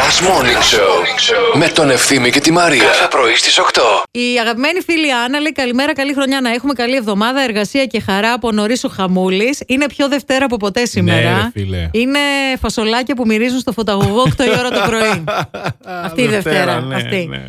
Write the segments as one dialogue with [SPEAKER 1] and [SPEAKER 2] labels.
[SPEAKER 1] Last Morning Show με τον Ευθύμη και τη Μαρία. Κάθε πρωί στις 8.
[SPEAKER 2] Η αγαπημένη φίλη Άννα λέει καλημέρα, καλή χρονιά να έχουμε, καλή εβδομάδα, εργασία και χαρά από νωρίς ο Χαμούλης. Είναι πιο Δευτέρα από ποτέ σήμερα.
[SPEAKER 3] Ναι, ρε φίλε.
[SPEAKER 2] Είναι φασολάκια που μυρίζουν στο φωταγωγό 8 η ώρα το πρωί. Αυτή η Δευτέρα.
[SPEAKER 3] ναι,
[SPEAKER 2] αυτή.
[SPEAKER 3] ναι.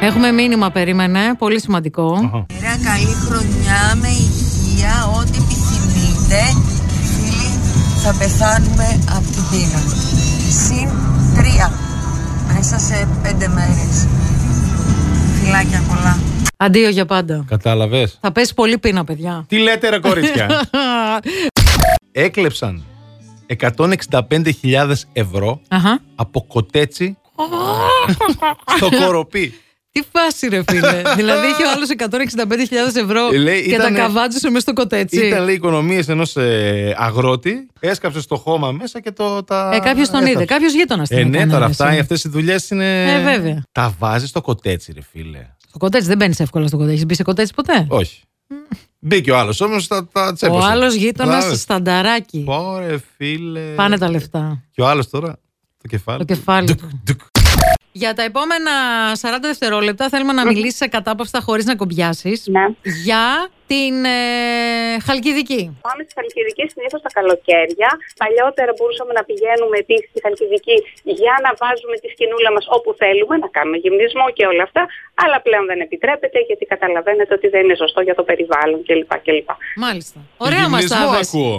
[SPEAKER 2] Έχουμε μήνυμα, περίμενε. Πολύ σημαντικό.
[SPEAKER 4] Καλημέρα, καλή χρονιά με υγεία, ό,τι επιθυμείτε. Φίλοι, θα πεθάνουμε από την πείνα. Συν τρία, μέσα σε πέντε μέρες. Φιλάκια πολλά.
[SPEAKER 2] Αντίο για πάντα.
[SPEAKER 3] Κατάλαβες.
[SPEAKER 2] Θα πέσει πολύ πείνα, παιδιά.
[SPEAKER 3] Τι λέτε, ρε κορίτσια. Έκλεψαν 165.000 ευρώ
[SPEAKER 2] Αχα.
[SPEAKER 3] από κοτέτσι στο κοροπή.
[SPEAKER 2] Τι φάση ρε φίλε. δηλαδή είχε ο άλλος 165.000 ευρώ
[SPEAKER 3] Ε, λέει,
[SPEAKER 2] και
[SPEAKER 3] ήτανε-
[SPEAKER 2] τα καβάτζησε μέσα στο κοτέτσι.
[SPEAKER 3] Ήταν λέει οικονομίες ενός ε, αγρότη, έσκαψε στο χώμα μέσα και το. Τα...
[SPEAKER 2] Ε, κάποιος τον
[SPEAKER 3] έκαψε.
[SPEAKER 2] είδε, κάποιος γείτονας την
[SPEAKER 3] Ε, ναι,
[SPEAKER 2] έκανε,
[SPEAKER 3] τώρα
[SPEAKER 2] ρε,
[SPEAKER 3] αυτά,
[SPEAKER 2] εσύ.
[SPEAKER 3] αυτές οι δουλειές είναι.
[SPEAKER 2] Ε, βέβαια.
[SPEAKER 3] Τα βάζεις στο κοτέτσι, ρε φίλε.
[SPEAKER 2] Στο κοτέτσι δεν μπαίνεις εύκολα στο κοτέτσι. Μπεις σε κοτέτσι ποτέ.
[SPEAKER 3] Όχι. Μπήκε ο άλλος όμως, τα, τα
[SPEAKER 2] Ο
[SPEAKER 3] τσέπωσε.
[SPEAKER 2] άλλος γείτονας
[SPEAKER 3] Κατάλαβες.
[SPEAKER 2] στανταράκι.
[SPEAKER 3] Πόρε, φίλε.
[SPEAKER 2] Πάνε τα λεφτά.
[SPEAKER 3] Και ο άλλος τώρα, το κεφάλι.
[SPEAKER 2] Το κεφάλι
[SPEAKER 3] Ντουκ,
[SPEAKER 2] του.
[SPEAKER 3] ντουκ.
[SPEAKER 2] Για τα επόμενα 40 δευτερόλεπτα θέλουμε να μιλήσει ακατάπαυστα χωρίς να κομπιάσεις
[SPEAKER 5] Ναι.
[SPEAKER 2] για την ε, Χαλκιδική.
[SPEAKER 5] Πάμε στη Χαλκιδική συνήθως τα καλοκαίρια. Παλιότερα μπορούσαμε να πηγαίνουμε επίσης στη Χαλκιδική για να βάζουμε τη σκηνούλα μας όπου θέλουμε, να κάνουμε γυμνισμό και όλα αυτά. Αλλά πλέον δεν επιτρέπεται γιατί καταλαβαίνετε ότι δεν είναι ζωστό για το περιβάλλον κλπ. κλπ.
[SPEAKER 2] Μάλιστα. Ωραία μα
[SPEAKER 3] Γυμνισμό
[SPEAKER 2] τα
[SPEAKER 3] ακούω.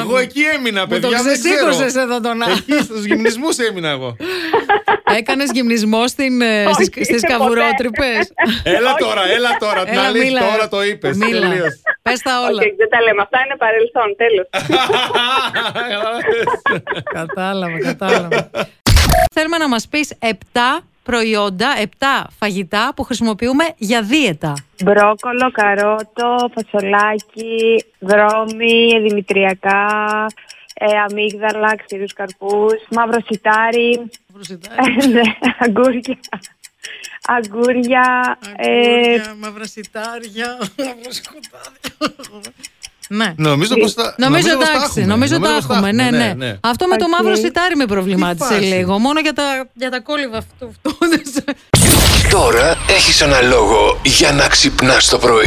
[SPEAKER 3] εγώ εκεί έμεινα,
[SPEAKER 2] Μου το
[SPEAKER 3] παιδιά. δεν ξέρω.
[SPEAKER 2] ξεσήκωσες εδώ τον
[SPEAKER 3] Εκεί στους γυμνισμούς έμεινα εγώ. Ε-
[SPEAKER 2] Έκανες γυμνισμό στην, ε,
[SPEAKER 5] Όχι,
[SPEAKER 2] στις
[SPEAKER 5] ποτέ.
[SPEAKER 2] καβουρότρυπες.
[SPEAKER 3] Έλα τώρα, έλα τώρα. Την
[SPEAKER 2] Έλα,
[SPEAKER 3] αλήθεια,
[SPEAKER 2] μίλα. ε.
[SPEAKER 3] τώρα το είπες.
[SPEAKER 2] Μίλα. Πες τα όλα.
[SPEAKER 5] Okay, δεν τα λέμε. Αυτά είναι παρελθόν. Τέλος.
[SPEAKER 2] Κατάλαβα, κατάλαβα. Θέλουμε να μας πεις 7 προϊόντα, 7 φαγητά που χρησιμοποιούμε για δίαιτα.
[SPEAKER 6] Μπρόκολο, καρότο, φασολάκι, δρόμι, δημητριακά, ε, αμύγδαλα, ξηρούς καρπούς, μαύρο σιτάρι, ναι, αγκούρια, αγκούρια, ε,
[SPEAKER 2] μαύρα σιτάρια, μαύρα σκοτάδια. Ναι.
[SPEAKER 3] Νομίζω πως τα.
[SPEAKER 2] Νομίζω
[SPEAKER 3] πως τα
[SPEAKER 2] εντάξει,
[SPEAKER 3] έχουμε.
[SPEAKER 2] νομίζω τα
[SPEAKER 3] πως
[SPEAKER 2] έχουμε. Ναι, ναι. Αυτό με το
[SPEAKER 6] Οκ.
[SPEAKER 2] μαύρο σιτάρι με προβλημάτισε
[SPEAKER 3] Τι φάση.
[SPEAKER 2] λίγο. Μόνο για τα, για τα κόλληβα αυτού. αυτούς.
[SPEAKER 1] Τώρα έχεις ένα λόγο για να ξυπνάς το πρωί.